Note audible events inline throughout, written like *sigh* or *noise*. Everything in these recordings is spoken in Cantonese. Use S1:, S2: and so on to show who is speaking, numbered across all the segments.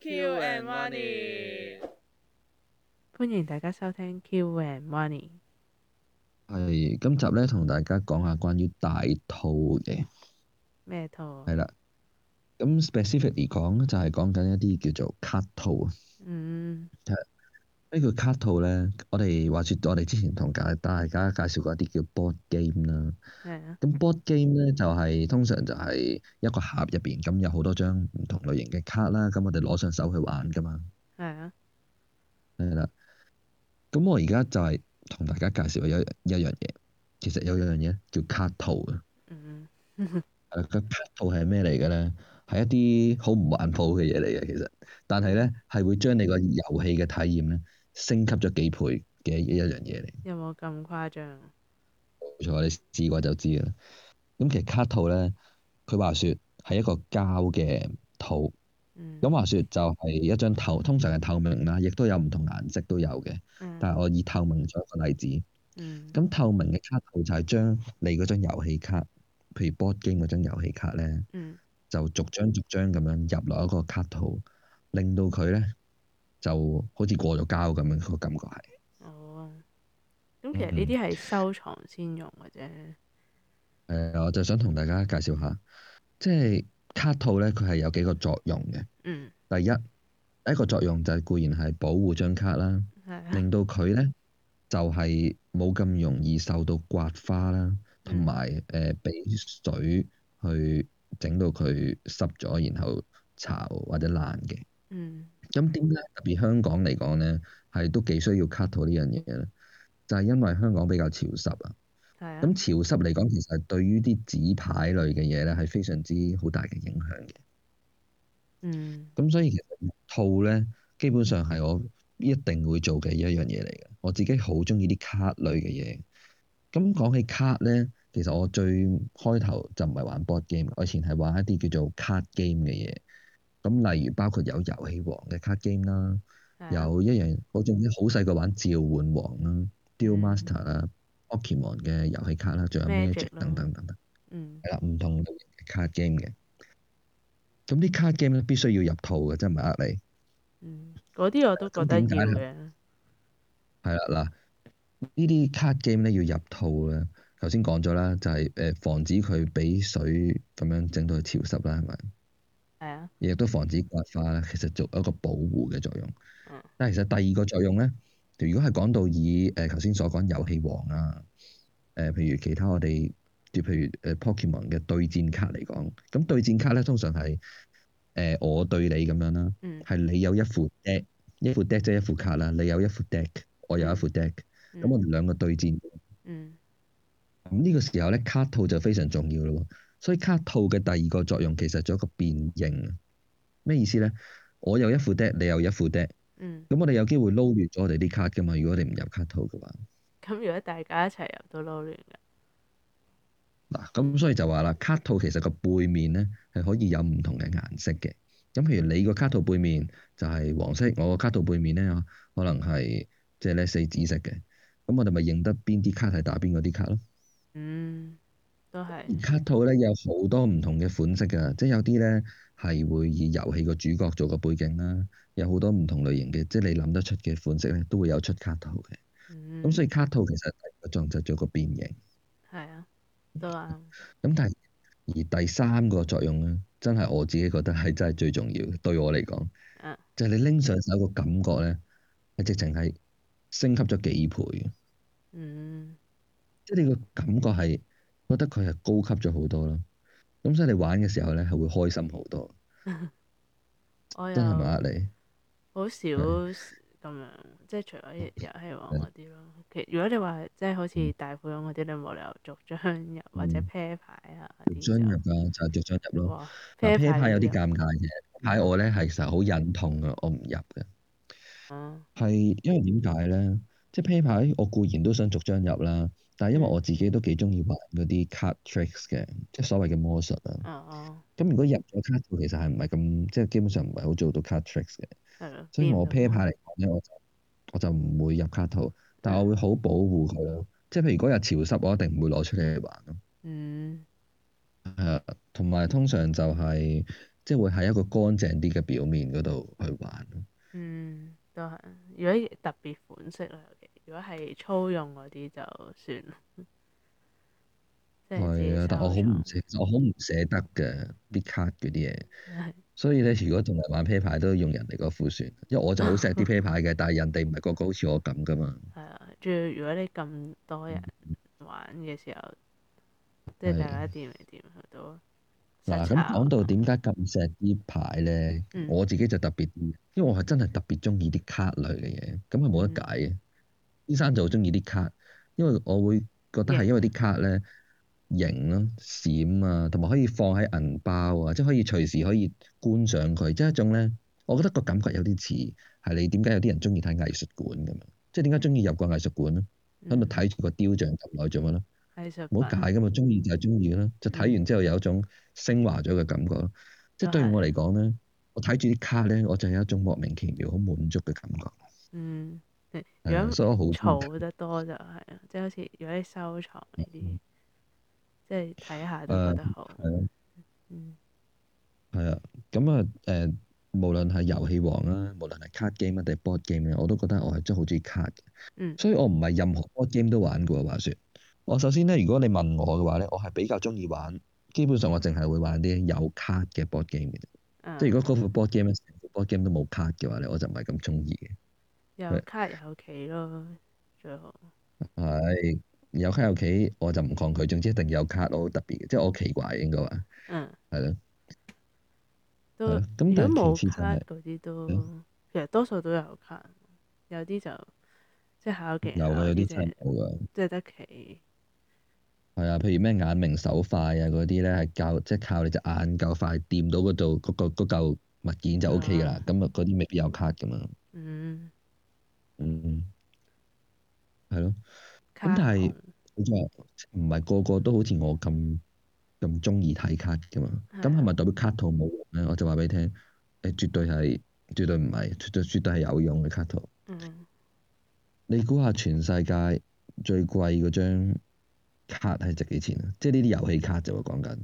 S1: Q and Money
S2: 歡迎大家收聽 Q and Money。
S3: 係今集咧，同大家講下關於大套嘅，
S2: 咩套啊？
S3: 係啦。咁 specifically 講就係講緊一啲叫做卡套啊。
S2: 嗯，
S3: 咩叫卡套咧？我哋話説，我哋之前同大大家介紹過一啲叫 board game 啦。
S2: 係啊，
S3: 咁 board game 咧就係、通常就係一個盒入邊咁有好多張唔同類型嘅卡啦，咁我哋攞上手去玩噶嘛。
S2: 係啊，
S3: 係啦。咁我而家就係同大家介紹有一樣嘢，其實有樣嘢叫卡套啊嘅。
S2: 嗯，
S3: 係啦，個卡呃套係咩嚟嘅咧？係一啲好唔環保嘅嘢嚟嘅，其實，但係咧係會將你個遊戲嘅體驗咧升級咗幾倍嘅一樣嘢嚟。
S2: 有冇咁誇張？啊
S3: 冇錯，你試過就知㗎啦。咁其實卡套咧，佢話説係一個膠嘅套，
S2: 嗯，
S3: 咁話説就係一張透，通常係透明啦，亦都有唔同顏色都有嘅。但
S2: 嗯，
S3: 係我以透明做一個例子，
S2: 嗯，
S3: 咁透明嘅卡套就係將你嗰張遊戲卡，譬如 board game 嗰張遊戲卡咧。
S2: 嗯，
S3: 就逐張逐張咁樣入落一個卡套，令到佢咧就好似過咗膠咁樣個感覺係。
S2: 哦。咁
S3: 嗯
S2: 其實呢啲係收藏先用嘅啫。
S3: 誒、我就想同大家介紹下，即係卡套咧，佢係有幾個作用嘅。
S2: 嗯，
S3: 第一，第一個作用就係固然係保護張卡啦，
S2: 係啊，
S3: 令到佢咧就係冇咁容易受到刮花啦，同埋誒俾水去整到佢濕咗，然後巢或者爛嘅。
S2: 嗯，
S3: 咁點解特別香港嚟講咧，係都幾需要卡套呢樣嘢咧？就係因為香港比較潮濕啊。
S2: 係啊
S3: 咁，潮濕嚟講，其實對於啲紙牌類嘅嘢咧，係非常之好大嘅影響嘅。
S2: 嗯，
S3: 咁所以其實套咧，基本上係我一定會做嘅一樣嘢嚟嘅。我自己好中意啲卡類嘅嘢。咁講起卡咧，其實我最開頭就唔係玩 board game，我以前係玩一啲叫做卡 game 嘅嘢。咁例如包括有遊戲王嘅卡 game 啦。
S2: 係啊，
S3: 有一樣我仲記得好細個玩召喚王啦、Duel Master 啦、Pokemon 嘅遊戲卡啦，仲有
S2: Magic
S3: Magic
S2: 啦
S3: 等等等等，
S2: 嗯，
S3: 係啦，唔同類型嘅卡 game 嘅。咁啲卡 game 咧必須要入套嘅，真係唔係呃你。
S2: 嗯，嗰啲我都覺
S3: 咁
S2: 得要
S3: 點解呢
S2: 嘅。
S3: 係啦，嗱，呢啲卡 game 咧要入套嘅。頭先講咗啦，就係誒防止佢俾水咁樣整到佢潮濕啦，係咪？
S2: 係啊，
S3: 亦都防止刮花啦，其實做一個保護嘅作用
S2: 嗯。
S3: 但係其實第二個作用咧，如果係講到以誒頭先所講遊戲王啊，誒、譬如其他我哋，譬如誒 Pokemon 嘅對戰卡嚟講，咁對戰卡咧通常係誒、呃我對你咁樣啦，
S2: 嗯，
S3: 係你有一副 deck，一副 deck 即係一副卡啦，你有一副 deck，我有一副 deck，
S2: 嗯
S3: 咁我哋兩個對戰。
S2: 嗯，
S3: 咁呢個時候咧，卡套就非常重要咯喎。所以卡套嘅第二個作用其實做一個變形啊。咩意思咧？我有一副 deck，你有一副 deck，
S2: 嗯，
S3: 咁我哋有機會撈亂咗我哋啲卡噶嘛。如果我哋唔入卡套嘅話，
S2: 咁如果大家一齊入到撈亂嘅，
S3: 嗱咁所以就話啦，卡套其實個背面咧係可以有唔同嘅顏色嘅。咁譬如你個卡套背面就係黃色，我個卡套背面咧可能係即係咧四紫色嘅。咁我哋咪認得邊啲卡係打邊嗰啲卡咯。
S2: 嗯，都係，
S3: 卡套咧有好多唔同嘅款式㗎，即係有啲咧係會以遊戲個主角做個背景啦，有好多唔同類型嘅，即係你諗得出嘅款式咧都會有出卡套嘅。
S2: 嗯，
S3: 咁所以卡套其實第一個作用就做個變形，
S2: 係啊，都啱。
S3: 咁但係而第三個作用咧，真係我自己覺得係真係最重要，對我嚟講
S2: 啊，
S3: 就係你拎上手個感覺咧，係直情係升級咗幾倍嘅，
S2: 嗯，
S3: 即係你個感覺係覺得佢係高級咗好多咯。咁所以你玩嘅時候咧係會開心好多，
S2: 我又
S3: 真係唔係呃你。
S2: 好少咁樣，即係除咗遊戲王嗰啲咯。其如果你話即係好似大富翁嗰啲，你冇理由逐張入或者
S3: 嗯
S2: pair 牌啊嗰
S3: 逐
S2: 啲
S3: 張入
S2: 就
S3: 㗎，就係逐張入咯。
S2: 哇
S3: 嗱
S2: pair 牌
S3: pair
S2: 啊
S3: 牌有啲
S2: 要
S3: 尷尬嘅牌我咧係實好忍痛嘅，我唔入嘅。
S2: 啊，
S3: 係因為點解咧？即係 pair 牌，我固然都想逐張入啦，但係因為
S2: 嗯
S3: 我自己都幾中意玩嗰啲 card tricks 嘅，即係所謂嘅魔術啊。
S2: 哦哦，
S3: 咁如果入咗卡套，其實係唔係咁，即係基本上唔係好做到 card tricks 嘅。
S2: 係咯，
S3: 所以我
S2: 邊
S3: pair
S2: 度啊
S3: 牌嚟講咧，我就我就唔會入卡套，但
S2: 啊
S3: 我會好保護佢咯。即係譬如嗰日潮濕，我一定唔會攞出嚟玩咯。
S2: 嗯
S3: 係啊，同埋通常就係即係會喺一個乾淨啲嘅表面嗰度去玩。
S2: 嗯，都係。如果特別款式啦，如果係粗用嗰啲就算啦。即係自己
S3: 係啊，但我好
S2: 收
S3: 唔
S2: 藏
S3: 捨，我好唔捨得嘅啲卡嗰啲嘢。
S2: 係
S3: 所以咧，如果仲係玩啤牌，都用人哋個副算，因為我就好錫啲啤牌嘅，但係人哋唔係個個好似我咁噶嘛。
S2: *laughs* 係啊，仲要如果你咁多人玩嘅時候，即係
S3: 係
S2: 大家掂嚟掂去都啊實
S3: 嗱，咁
S2: 炒
S3: 講到點解咁錫啲牌咧，
S2: 嗯
S3: 我自己就特別啲，因為我係真係特別中意啲卡類嘅嘢，咁係
S2: 嗯
S3: 冇得解嘅。先生就好中意啲卡，因為我會覺得係
S2: 型
S3: 因為啲卡咧型咯、閃啊，同埋可以放喺銀包啊，即係可以隨時可以觀賞佢，即係一種咧，我覺得個感覺有啲似係你點解有啲人中意睇藝術館咁樣，即係點解中意入個藝術館咧？喺度
S2: 嗯
S3: 睇住個雕像咁耐做乜咧？
S2: 藝術
S3: 冇得
S2: 品，
S3: 解噶嘛，中意就係中意啦。就睇完之後有一種升華咗嘅感覺咯。即係對我嚟講咧，我睇住啲卡咧，我就有一種莫名其妙好滿足嘅感覺。
S2: 嗯，你如
S3: 係啊，
S2: 果
S3: 所以我好中意睇
S2: 儲得多就係啊，即係好似如果你收藏呢啲，即係睇下都覺
S3: 誒
S2: 得好，
S3: 係啊
S2: 嗯
S3: 係啊。咁啊誒，無論係遊戲王啦，無論係卡 game 啊定係 board game 咧，我都覺得我係真係好中意卡嘅。
S2: 嗯
S3: 所以我唔係任何 board game 都玩過。話説，我首先咧，如果你問我嘅話咧，我係比較中意玩，基本上我淨係會玩啲有卡嘅 board game 嘅啫。
S2: 啊
S3: 即係如果嗰副 board game 咧，成副 board game 都冇卡嘅話咧，我就唔係咁中意嘅。
S2: 有
S3: 係
S2: 卡有企咯，最好，
S3: 係有卡有企，我就唔抗拒。總之一定有卡，我好特別嘅，即係我好奇怪應該話
S2: 嗯，
S3: 係咯。
S2: 都
S3: 係咯咁
S2: 如
S3: 但係
S2: 果冇
S3: 其次就係
S2: 卡嗰啲都，
S3: 嗯
S2: 其實多數都有卡，有啲就即係考技
S3: 有
S2: 巧
S3: 嘅，有
S2: 嗰
S3: 啲
S2: 啲
S3: 真係
S2: 啫，
S3: 有嘅。
S2: 即係得企，
S3: 係啊，譬如咩眼明手快啊嗰啲咧，係靠即係靠你隻眼夠快掂到嗰度嗰個嗰嚿物件就 O K 㗎啦。
S2: 啊
S3: 咁啊，嗰啲未必有卡㗎嘛。
S2: 嗯，
S3: 嗯，係咯。
S2: 卡
S3: 但係
S2: 同
S3: 你就唔係個個都好似我咁咁中意睇卡㗎嘛？
S2: 係
S3: 咁係
S2: 啊
S3: 咪代表卡套冇用咧？我就話俾你聽，誒絕對係，絕對唔係，絕對絕對係有用嘅卡套。
S2: 嗯
S3: 你估下全世界最貴嗰張卡係值幾錢啊？即係呢啲遊戲卡就喎講緊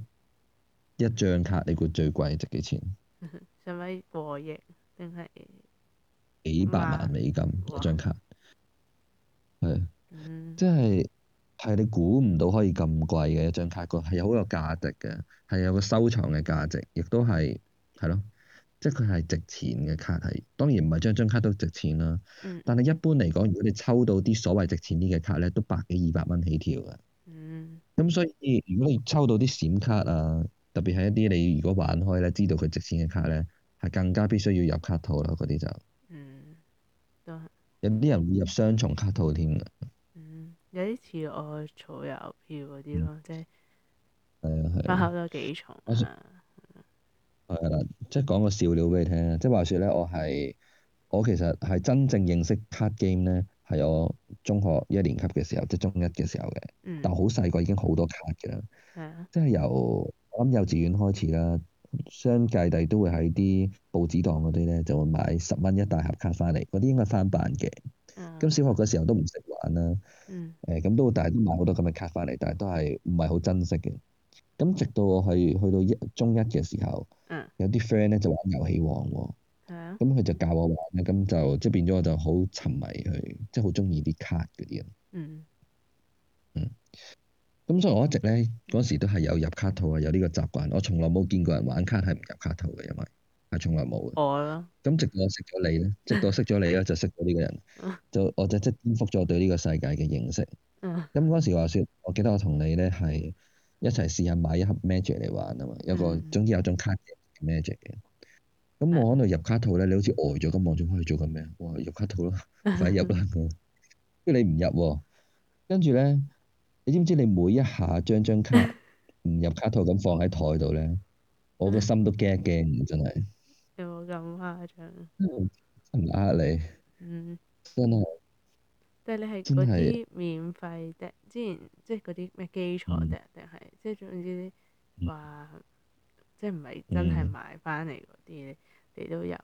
S3: 一張卡，你估最貴值幾錢？
S2: 使唔使過億定係
S3: 幾百萬
S2: 萬
S3: 美金一
S2: 哇
S3: 張卡，係
S2: 嗯
S3: 即係係你估唔到可以咁貴嘅一張卡，個係好有價值嘅，係有個收藏嘅價值，亦都係係咯，即係佢係值錢嘅卡係。當然唔係張張卡都值錢啦，
S2: 嗯
S3: 但係一般嚟講，如果你抽到啲所謂值錢啲嘅卡咧，都百幾二百蚊起跳嘅。
S2: 嗯
S3: 咁所以如果你抽到啲閃卡啊，特別係一啲你如果玩開咧，知道佢值錢嘅卡咧，係更加必須要入卡套啦。嗰啲就
S2: 嗯都係
S3: 有啲人會入雙重卡套添嘅，
S2: 嗯有啲似我儲郵票嗰啲咯，即係
S3: 係啊係
S2: 把
S3: 啊。
S2: 口都幾重
S3: 我想
S2: 啊，
S3: 係啦，即係講個笑料俾你聽啊啦。即係話説咧，我係我其實係真正認識 card game 咧，係我中學一年級嘅時候，即係中一嘅時候嘅。
S2: 嗯
S3: 但我好細個已經好多 card 嘅啦，
S2: 係啊
S3: 即係由我諗幼稚園開始啦，相繼地都會喺啲報紙檔嗰啲咧，就會買十蚊一大盒卡翻嚟，嗰啲應該翻版嘅。
S2: 嗯
S3: 咁小學嗰時候都唔識玩啦，
S2: 嗯
S3: 誒咁都但係都買好多咁嘅卡翻嚟，但係都係唔係好珍惜嘅。咁直到我係去到一中一嘅時候。
S2: 嗯
S3: 有啲 friend 咧就玩遊戲王喎，
S2: 係啊
S3: 咁佢就教我玩咧，咁就即係變咗我就好沉迷去，即係好中意啲卡嗰啲人。
S2: 嗯
S3: 咁所以我一直咧嗰時都係有入卡套啊，有呢個習慣。我從來冇見過人玩卡係唔入卡套嘅，因為係從來冇嘅。
S2: 我咯
S3: 咁直到我識咗你咧，直到我識咗你咧，就識咗呢個人，就我就即係顛覆咗我對呢個世界嘅認識。
S2: 嗯
S3: 咁嗰時話説，我記得我同你咧係一齊試下買一盒 Magic 嚟玩啊嘛，有個
S2: 嗯
S3: 總之有種卡嘅 Magic 嘅。咁我喺度入卡套咧，你好似呆咗咁望住我，去做緊咩？我話入卡套咯，
S2: 啊
S3: 快入啦咁。跟住你唔入喎，跟住咧，你知唔知你每一下將張
S2: *laughs*
S3: 卡唔入卡套咁放喺台度咧，我
S2: 啊
S3: 個心都驚一驚嘅，真係
S2: *laughs* 有冇咁誇張？
S3: 真係唔呃你，
S2: 嗯，
S3: 真係
S2: 但係你係
S3: 真
S2: 嗰
S3: 係
S2: 啲免費的，之前即係嗰啲咩基礎
S3: 嗯
S2: 的，定係即係總之
S3: 嗯
S2: 話即係唔係真係
S3: 嗯
S2: 買翻嚟嗰啲，你都有，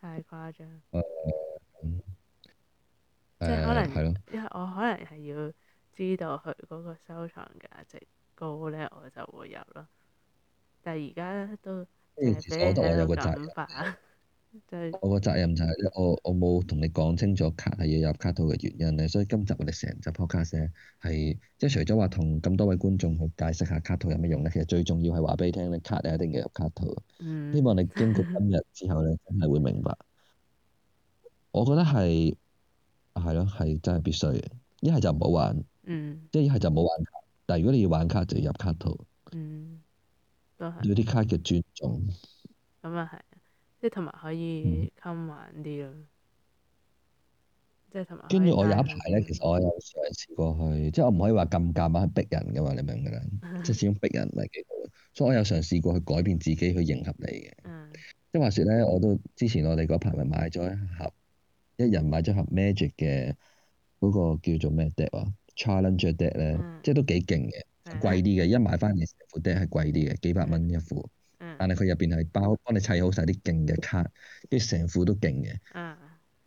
S2: 太誇張。即係可
S3: 誒係
S2: 能
S3: 咯，，
S2: 因為我可能係要知道佢嗰個收藏價值高咧，我就會有咯。但係而家都
S3: 因為
S2: 誒
S3: 其
S2: 俾
S3: 實我
S2: 你
S3: 覺得我
S2: 喺
S3: 有
S2: 度
S3: 個責
S2: 咁
S3: 任，
S2: 吧， *laughs* 就係
S3: 我個責任就係咧，我我冇同你講清楚卡係要入卡套嘅原因咧，所以今集我哋成集 podcast 咧係即係除咗話同咁多位觀眾去解釋下卡套有咩用咧，其實最重要係話俾你聽咧，卡係一定要入卡套。
S2: 嗯
S3: 希望你經過今日之後咧，真係會明白。我覺得係係咯，係真係必須嘅。一係就唔好玩，
S2: 嗯
S3: 即係一係就冇玩卡。但係如果你要玩卡，就要入卡套，
S2: 嗯都係
S3: 對啲卡嘅尊重。
S2: 咁啊係，即係同埋可
S3: 嗯
S2: 以襟玩啲咯，即係啊同埋
S3: 跟住我有一
S2: 可以
S3: 排
S2: 帶
S3: 咧，其實我有嘗試過去，即係我唔可以話咁夾硬去逼人噶嘛，你明唔明啊？即係始終逼人唔係幾好，所以我有嘗試過去改變自己去迎合你嘅。
S2: *laughs* 嗯
S3: 即係話説咧，我都之前我哋嗰排咪買咗一盒，一人買咗盒 Magic 嘅嗰個叫做咩 deck 啊，Challenger deck 咧
S2: 嗯，
S3: 即係都幾勁嘅，
S2: 係啊
S3: 貴啲嘅，一買翻嚟成副 deck 係貴啲嘅，幾百蚊一副，
S2: 嗯
S3: 但係佢入邊係包幫你砌好晒啲勁嘅卡，跟住成副都勁嘅。
S2: 啊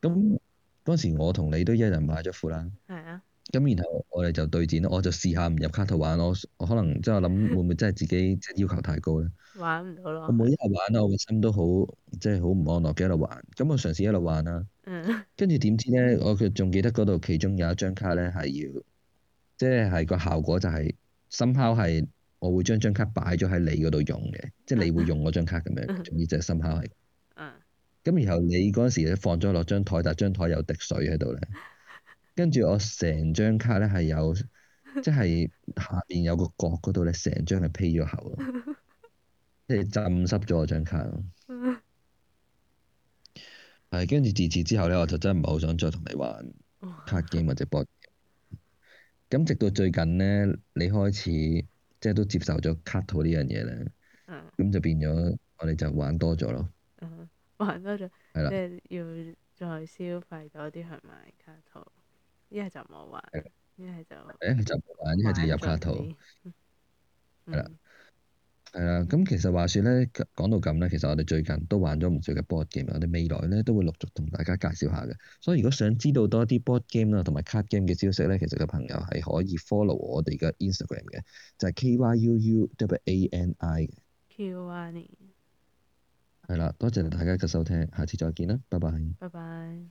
S3: 咁嗰時我同你都一人買咗副啦。
S2: 係啊
S3: 咁然後我哋就對戰咯，我就試下唔入卡套玩咯，我可能即係我諗會唔會真係自己即係要求太高咧？
S2: 玩唔到咯
S3: 我，每一日玩啊啦，我個心都好即係好唔安樂嘅一路玩，咁我嘗試一路玩啦，
S2: 嗯 *laughs*
S3: 跟住點知咧，我佢仲記得嗰度其中有一張卡咧係要，即係係個效果就係深烤係我會將張卡擺咗喺你嗰度用嘅，即係你會用嗰張卡咁樣，總之就係深烤係。
S2: 嗯
S3: 咁然後你嗰陣時咧放咗落張台，但係張台有滴水喺度咧，跟住我成張卡咧係有，即係下邊有個角嗰度咧，成張係披咗口咯，即係浸濕咗我張卡咯。
S2: 嗯
S3: 係，跟住自此之後咧，我就真係唔係好想再同你玩
S2: 哇
S3: 卡 game 或者 board game。咁直到最近咧，你開始即係都接受咗卡套呢樣嘢咧，
S2: 嗯
S3: 咁就變咗我哋就玩多咗咯。
S2: 嗯玩多咗，
S3: 係啦
S2: 即係要再消費多啲去買卡套，一係就冇玩
S3: 係，
S2: 一係就
S3: 誒就唔玩，一係就入卡套。
S2: 玩盡啲，嗯
S3: 係啦係啦，咁其實話說咧，講到咁咧，其實我哋最近都玩咗唔少嘅 board game，我哋未來咧都會陸續同大家介紹下嘅。所以如果想知道多啲 board game 啊啦同埋 card game 嘅消息咧，其實嘅朋友係可以 follow 我哋嘅 Instagram 嘅，就係 K Y U U W A N I 嘅。
S2: Q One，
S3: 係啦，多謝大家嘅收聽，下次再見啦，拜拜。
S2: 拜拜。